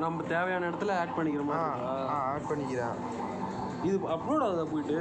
நம்ம தேவையான இடத்துல ஆட் பண்ணிக்கிற ஆ மாதிரி இருக்கா? ஆட் பண்ணிக்கிறேன் இது அப்லோட் ஆகுதா போயிட்டு